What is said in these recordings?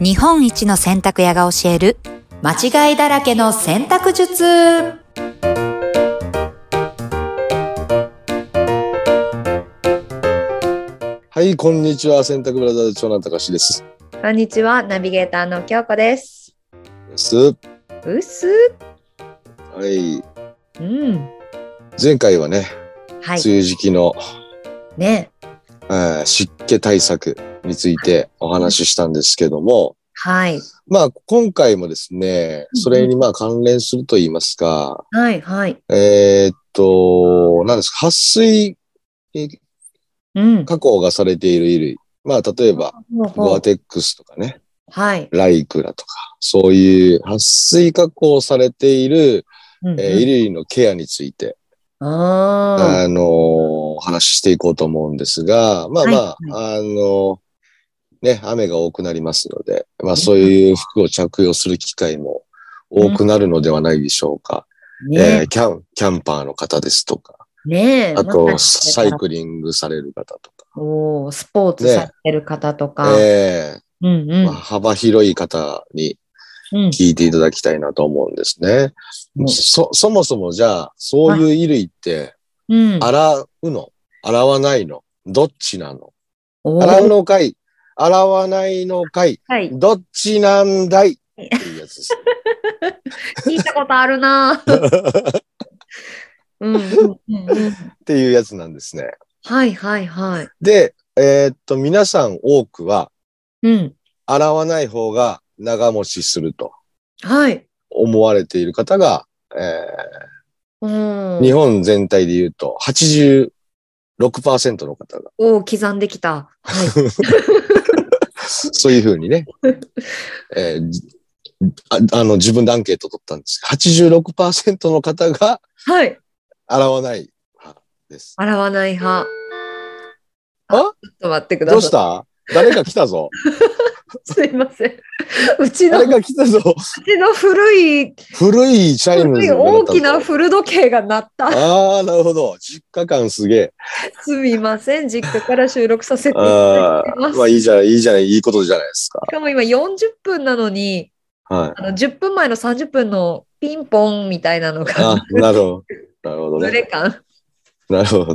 日本一の洗濯屋が教える間違いだらけの洗濯術はい、こんにちは。洗濯ブラザーズ長男高橋です。こんにちは、ナビゲーターの京子です。です。はうっす。い。うん。前回はね、はい梅。雨時期の、ね。えー湿気対策についてお話ししたんですけども、はい。まあ、今回もですね、それにまあ関連すると言いますか、はい。はい。えーっと、何ですか、撥水うん。加工がされている衣類。まあ、例えば、ほうほうゴアテックスとかね、はい。ライクラとか、そういう撥水加工されている、うんえー衣類のケアについて、うん。ああのーお話ししていこうと思うんですが、まあまあ、あのーね、雨が多くなりますので、まあそういう服を着用する機会も多くなるのではないでしょうか。あ。えねー。キャン、キャンパーの方ですとか、ね。あまさと、にサイクリングされる方とおースポーツねされてる方とか。か、えうんーうまあ、幅広い方にん。うん。聞いていただきたいなと思うんですね。うんそ、そもそもじゃあ、そういう衣類って、うん。洗うの洗わないのどっちなのおー洗うのかい洗わないのかいはい。どっちなんだいっていうやつです。聞いたことある な。うん。うん。うんうん。っていうやつなんですね。はい。はい。はい。で、えーっと、皆さん多くは、うん。洗わない方が長持ちするとはい。思われている方が、えうんー。日本全体で言うと86%の方が、おー刻んできた。はい。そういうふうに ね、えーじああの、自分でアンケート取ったんですけど、86%の方が はい。洗わない派です。洗わない派。ああちょっと待ってください。どうした誰か来たぞ。すいません。うちの、誰うか来たぞ。ちの古い、古いチャイム古いズが大き鳴なったぞ古時計が鳴った。ああ、なるほど。実家感すげえ。すみません。実家から収録させていただあいてあ ま、す。まあいいじゃない、いいじゃない、いいことじゃないですか。しかも今40分なのに、はい。あの10分前の30分のピンポンみたいなのが、あなるほど。なるほどずれね。感、なるほど。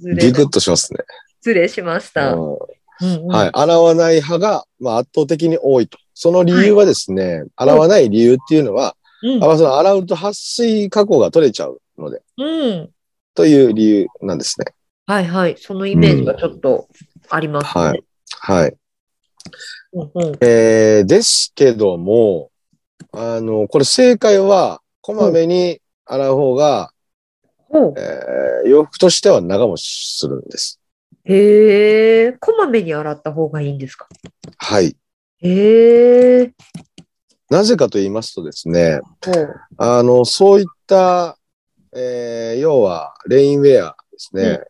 ずれビクがッとしますね。ずれしましうた。んうんうんはい。洗わない派が、まあ、圧倒的に多いと。その理由はですね、洗わない理由っていうのは、うんあまあその洗うと撥水加工が取れちゃうので、うん。という理由なんですね。はいはい。そのイメージがちょっとありますね。はいはい。うんうんえーですけども、あの、これ正解は、こまめに洗う方が、ほうえー洋服としては長持ちするんです。へえ、こまめに洗った方がいいんですかはい。へえ、なぜかと言いますとですね、ほう。あの、そういった、えー要は、レインウェアですね。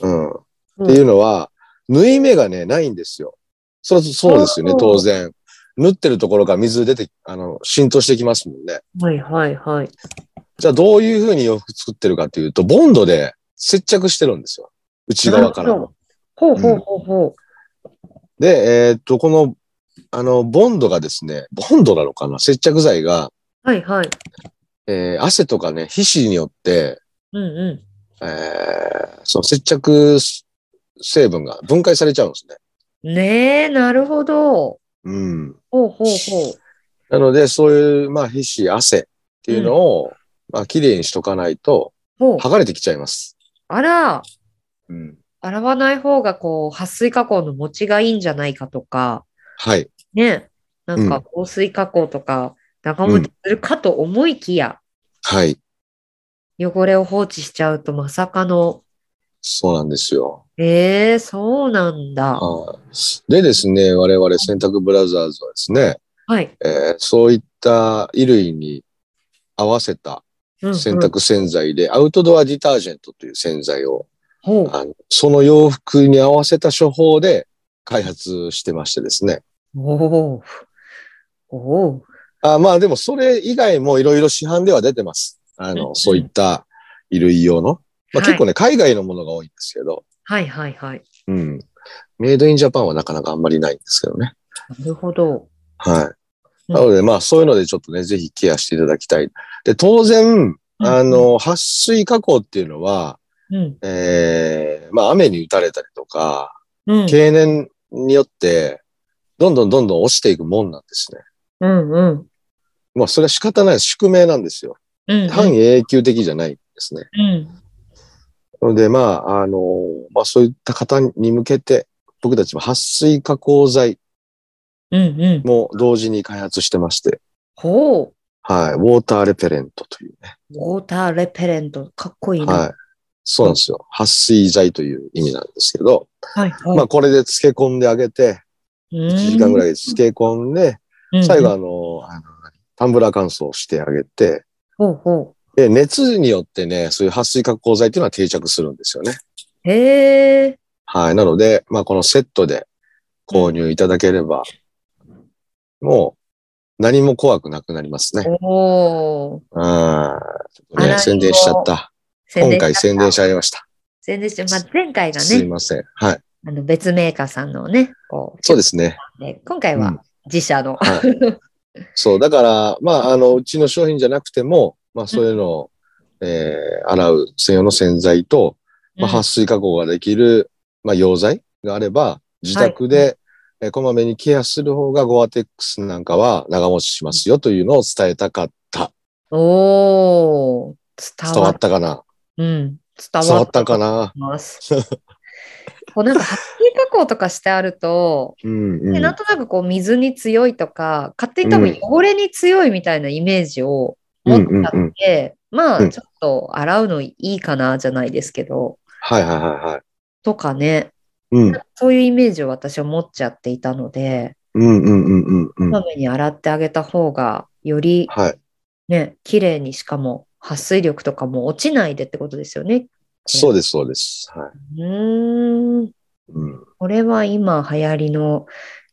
うん。うんっていうのは、縫い目がね、ないんですよ。そらそうですよねあ、ー当然。縫ってるところから水出て、あの、浸透してきますもんね。はいはいはい。じゃあどういうふうに洋服作ってるかというと、ボンドで接着してるんですよ。内側からなるも。ほど。ほうほうほうほで、えーっと、この、あの、ボンドがですね、ボンドなのかな接着剤が、う。はいはい。えー汗とかね、皮脂によって、うんうえーその接着成分が分解されちゃうんですね。ん。ねえ、なるほど。うん。ほうほうほなので、そういう、まあ、皮脂、汗っていうのを、まあ、綺麗にしとかないと、う。ほう。剥がれてきちゃいます。あら、うん。洗わない方がこう、撥水加工の持ちがいいんじゃないかとか、はい。ねえ、なんか防水加工とか、長持ちするかと思いきや、はい。汚れを放置しちゃうとまさかの、そうなんですよ。ええ、そうなんだ。はいでですね、我々洗濯ブラザーズはですね、はい。えーそういった衣類に合わせたうんうん洗濯洗剤で、アウトドアディタージェントという洗剤を、ほう。あのその洋服に合わせた処方で開発してましてですね。おお。おお。あまあでもそれ以外もいろいろ市販では出てます。あうんうの、んそういった衣類用の。まはあ、い結構ね、海外のものが多いんですけど、はいはいはい。うん。メイドインジャパンはなかなかあんまりないんですけどね。なるほど。はい。なので、まあ、そういうのでちょっとね、ぜひケアしていただきたい。で、当然、あの、撥水加工っていうのは、うん、ええまあ、雨に打たれたりとか、うん、経年によって、どんどんどんどん落ちていくもんなんですね。うん、うん、まあ、それは仕方ない宿命なんですよ。うん、半永久的じゃないんですね。うん、なので、まあ、あの、まあ、そういった方に向けて、僕たちは撥水加工剤うん、うん。も同時に開発してまして、ほう、はい、ウォーターレペレントというね。ウォーターレペレント、かっこいいな。はい。そうなんですよ。撥水剤という意味なんですけど、はい、はい。まあ、これで漬け込んであげて、1 1時間ぐらい漬け込んで、い最後、あの、あのタンブラー乾燥してあげて、ほうほで、熱によってね、そういう撥水加工剤っていうのは定着するんですよね。う。へえ。はい。なので、まあ、このセットで購入いただければ、もう、何も怖くなくなりますね。おー。うん。ちょっと洗いね、を宣伝しちゃった。宣今伝回宣伝しちゃいました。宣伝して、まあ、前回がすいね、ません。はい。あの別メーカーさんのね、こう、そうですね。で今回うはん自社の。はそう、だから、まあ、あの、うちの商品じゃなくても、まあ、そういうのを、えー、洗う専用の洗剤と、まあ、うん撥水加工ができる、まあ、溶剤があれば、自宅で、はえーこまめにケアする方がゴアテックスなんかは長持ちしますよというのを伝えたかった。おー。伝伝わわっ。ったたかなうん。伝伝わわっったたかなます。こうなんか、発揮加工とかしてあると、うんでうなんん。となくこう水に強いとか、勝手に多分汚れに強いみたいなイメージを持ってたので、まうあんちょっと洗うのいいかなじゃないですけど、はいはいはいはい。とかね、うん。そういうイメージを私は持っちゃっていたので、うんうんうんうんこうん。まめに洗ってあげた方が、よりはい。ね、綺麗にしかも、撥水力とかも落ちないでってことですよね。そうです、そうです。はい。うーん。うん。これは今流行りの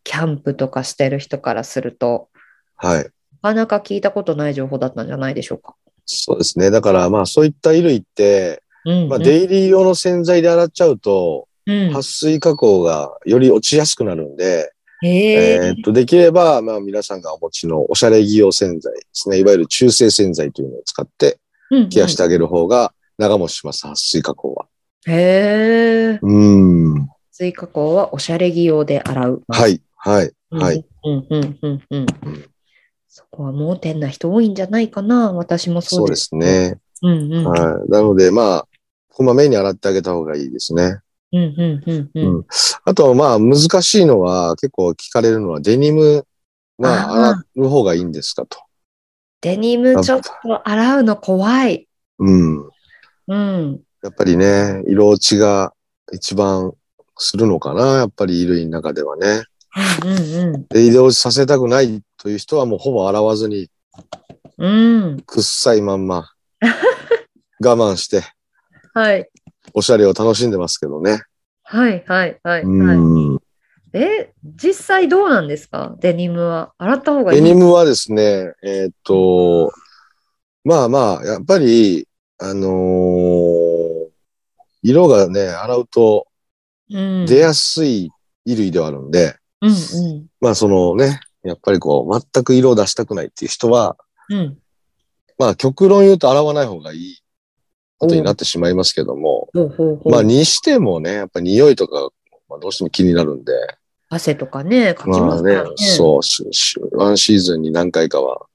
キャンプとかしてる人からすると、はい。なかなか聞いたことない情報だったんじゃないでしょうか。そうですね。だから、まあ、そういった衣類って、うん、まあ、うんデイリー用の洗剤で洗っちゃうと、うん撥水加工がより落ちやすくなるんで、へえーっと、できれば、まあ、皆さんがお持ちのおしゃれ着用洗剤ですね。いわゆる中性洗剤というのを使って、ケアしてあげる方が長持ちします、撥水加工は。うんうんへえ。うん。追加工はおしゃれ着用で洗う。。はいい、はい、はい。うんうんうんうんん。そこは盲点な人多いんじゃないかな。私もそそううで。ですすね。うんうん。はい。なので、まあ、こまめに洗ってあげた方がいいですね。うんうんうんうん。うんあと、まあ、難しいのは、結構聞かれるのは、デニムはあー洗う方がいいんですかと。デニムちょっと洗うの怖い。うん。うん。やっぱりね、色落ちが一番するのかな、やっぱり衣類の中ではね。うんで、色落ちさせたくないという人はもうほぼ洗わずに、うんうん。うん。くっさいま んま、我慢して、はい。おしゃれを楽しんでますけどね。はいはいはい、はうんい。え、実際どうなんですかデニムは。洗った方がいい。デニムはですね、えーっと、まあまあ、やっぱり、あのー色がね、洗うとうん、出やすい衣類ではあるんで、うんうんまあそのね、やっぱりこう、全く色を出したくないっていう人は、うん。まあ極論言うと洗わない方がいいことになってしまいますけども、ほうほうほう。まあにしてもね、やっぱり匂いとか、まあ、どうしても気になるんで、汗とかね、かきままあすかねらね。、そう、ししワンシーズンに何回かは、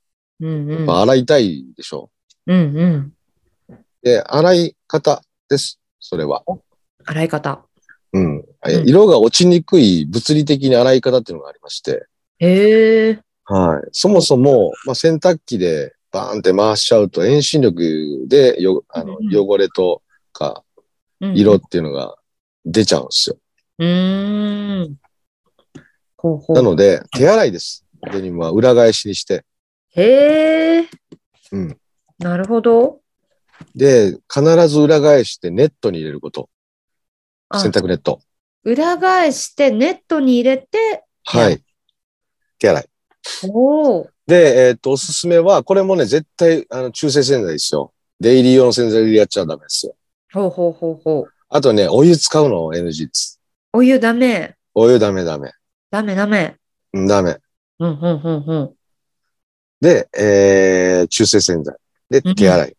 う。うんうやん。っぱ洗いたいでしょうんうん。う。で、洗い方です、それは。洗い方。うん。えうん色が落ちにくい物理的に洗い方っていうのがありまして、へえ。はい。そもそも、まあ、洗濯機でバーンって回しちゃうと遠心力でよあのうんうん汚れとかうん色っ。ていうのが出ちゃうんですよ。うーん。ほうほう。なので、手洗いです。デニムは裏返しにして。へえ。うんなるほど。で、必ず裏返してネットに入れること。あ洗濯ネット。裏返してネットに入れて、はい。手洗い。おお。で、えっと、おすすめは、これもね、絶対、あの、中性洗剤ですよ。デイリー用の洗剤でやっちゃダメですよ。ほうほうほうほう。あとね、お湯使うの NG です。お湯ダメ。お湯ダメダメ。ダメダメ。うんダメ。うん、うん、うん、で、えー、中性洗剤。で、うん手洗い。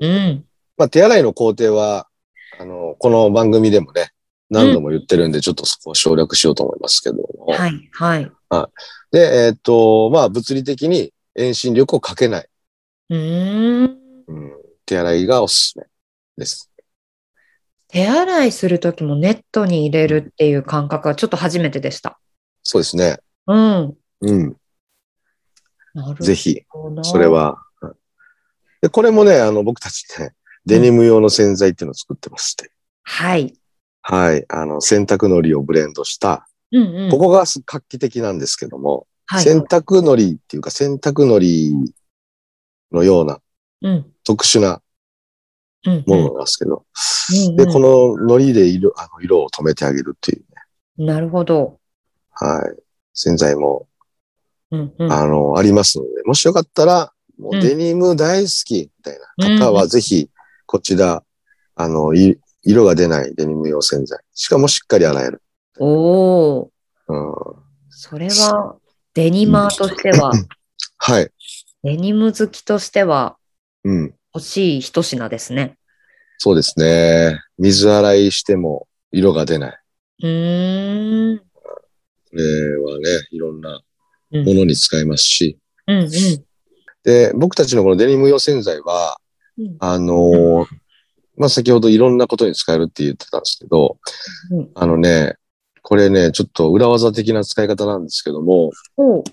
うん。うん。まあ、手洗いの工程は、あの、この番組でもね、何度も言ってるんで、ちょっとそこを省略しようと思いますけども。はい、はい。で、えーっと、まあ、物理的に遠心力をかけない、うーん。うん、手洗いがおすすめです。手洗いするときもネットに入れるっていう感覚はちょっと初めてでした。そうですね。うん。うん。なるほどぜひ、なそれ。は。うんで、これもね、あの、僕たちね、デニム用の洗剤っていうのを作ってまして。はい。はい。あの、洗濯海苔をブレンドした。うんうん。ここがす画期的なんですけども、はい。洗濯海苔っていうか洗濯海苔のようなうん。特殊なうん。ものなんですけど、うんで、うんこの海苔で色あの色を止めてあげるっていう、ね、なるほど。はい。洗剤も、うんうん。あの、ありますので、もしよかったら、もううんデニム大好きみたいうんな方は、ぜひ、こちら、あの、い色が出ないデニム用洗剤。しかもしっかり洗える。おお、うん、それはデニマーとして は、はい。デニム好きとしてはうん。欲しい一品ですね。そうですね。水洗いしても色が出ない。うーん。これはね、いろんなうんものに使えますし。うんうんで、僕たちのこのデニム用洗剤は、うんあのーまあ、先ほどいろんなことに使えるって言ってたんですけど、うん。あのね、これね、ちょっと裏技的な使い方なんですけども、おう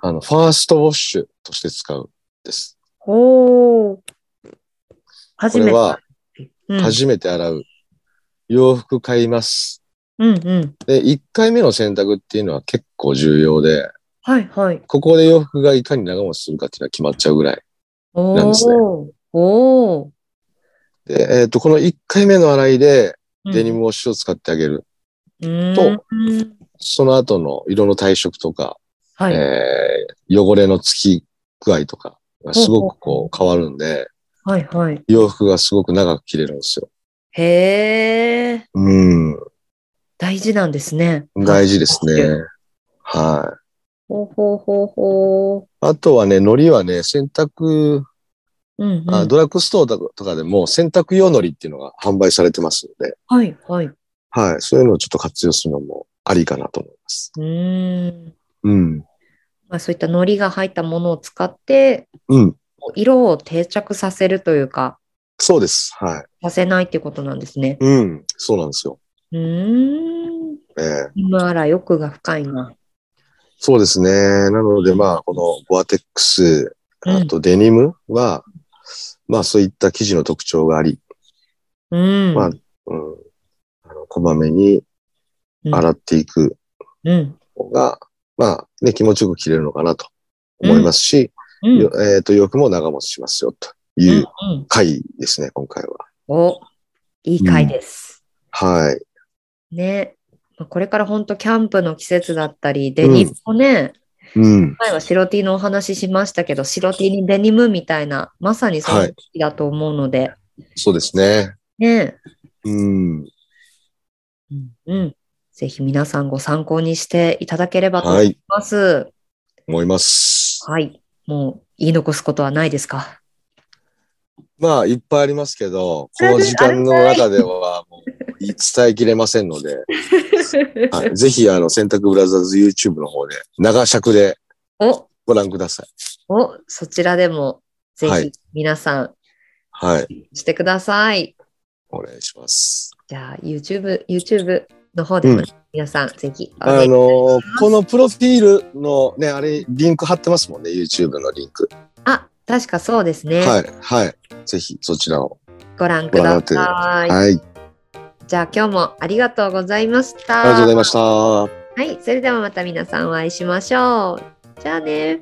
あの、ファーストウォッシュとして使うんです。おう。こ初めれて。はうん初めて洗う。洋服買います。うんうん。で、1回目の洗濯っていうのは結構重要で、はいはい。ここで洋服がいかに長持ちするかっていうのは決まっちゃうぐらい。おなんですねお、おお。で、えっ、と、この1回目の洗いでデニムウムォッシュを使ってあげる。と。うんその後の色の退色とか、はいえー汚れのつき具合とかがすごくこう変わるんで、はいはい。洋服がすごく長く着れるんですよ。へえ、うん。大事なんですね。大事ですね。はい。ほうほうほうほあとはね、海苔はね、洗濯、う。うんうん。あドラッグストアとかでも洗濯用海苔っていうのが販売されてますので、はいはい。うはい。そういうのをちょっと活用するのもありかなと思います。ーん。うん。まあそういった糊が入ったものを使って、うん。こう色を定着させるというか、そうです。はい。させないってことなんですね。うん。そうなんですよ。うーん。ええ今ら欲が深いな。そうですね。なので、まあ、このボアテックス、うんあとデニムは、まあ、そういった生地の特徴があり、うん。まあうん、あのこまめに洗っていくうん。方が、まあ、ね、気持ちよく着れるのかなと思いますし、うん。よえっ、と、洋服も長持ちしますよ、とういんううん回ですね、今回は。お、いい回です。はい。ね。まあこれから本当キャンプの季節だったり、デニムもね、うん。前は白 T のお話ししましたけど、白 T にデニムみたいな、まさにその時期だと思うので、そうですね。ね。うん。うん。ぜひ皆さんご参考にしていただければと思はいい。ます。思います。はい。もう言い残すことはないですかまあ、いっぱいありますけど、この時間の中では、もう、伝えきれませんの で、はい、ぜひ、あの、洗濯ブラザーズ YouTube の方で、長尺でお、ご覧ください。お、そちらでもぜはひい皆さはい。んしてください。お願いします。じゃあ YouTube、YouTube の方でもうん皆さんぜひおあ願いします。の、このプロフィールのね、あれ、リンク貼ってますもんね、YouTube のリンク。あ、確かそうですね。はい。はい。ぜひ、そちらを。ご覧くだご覧にさい。はい。ありじゃあ今日もありがとうございました。がとうございました。はい、それではまた皆さんお会いしましょう。じゃあね。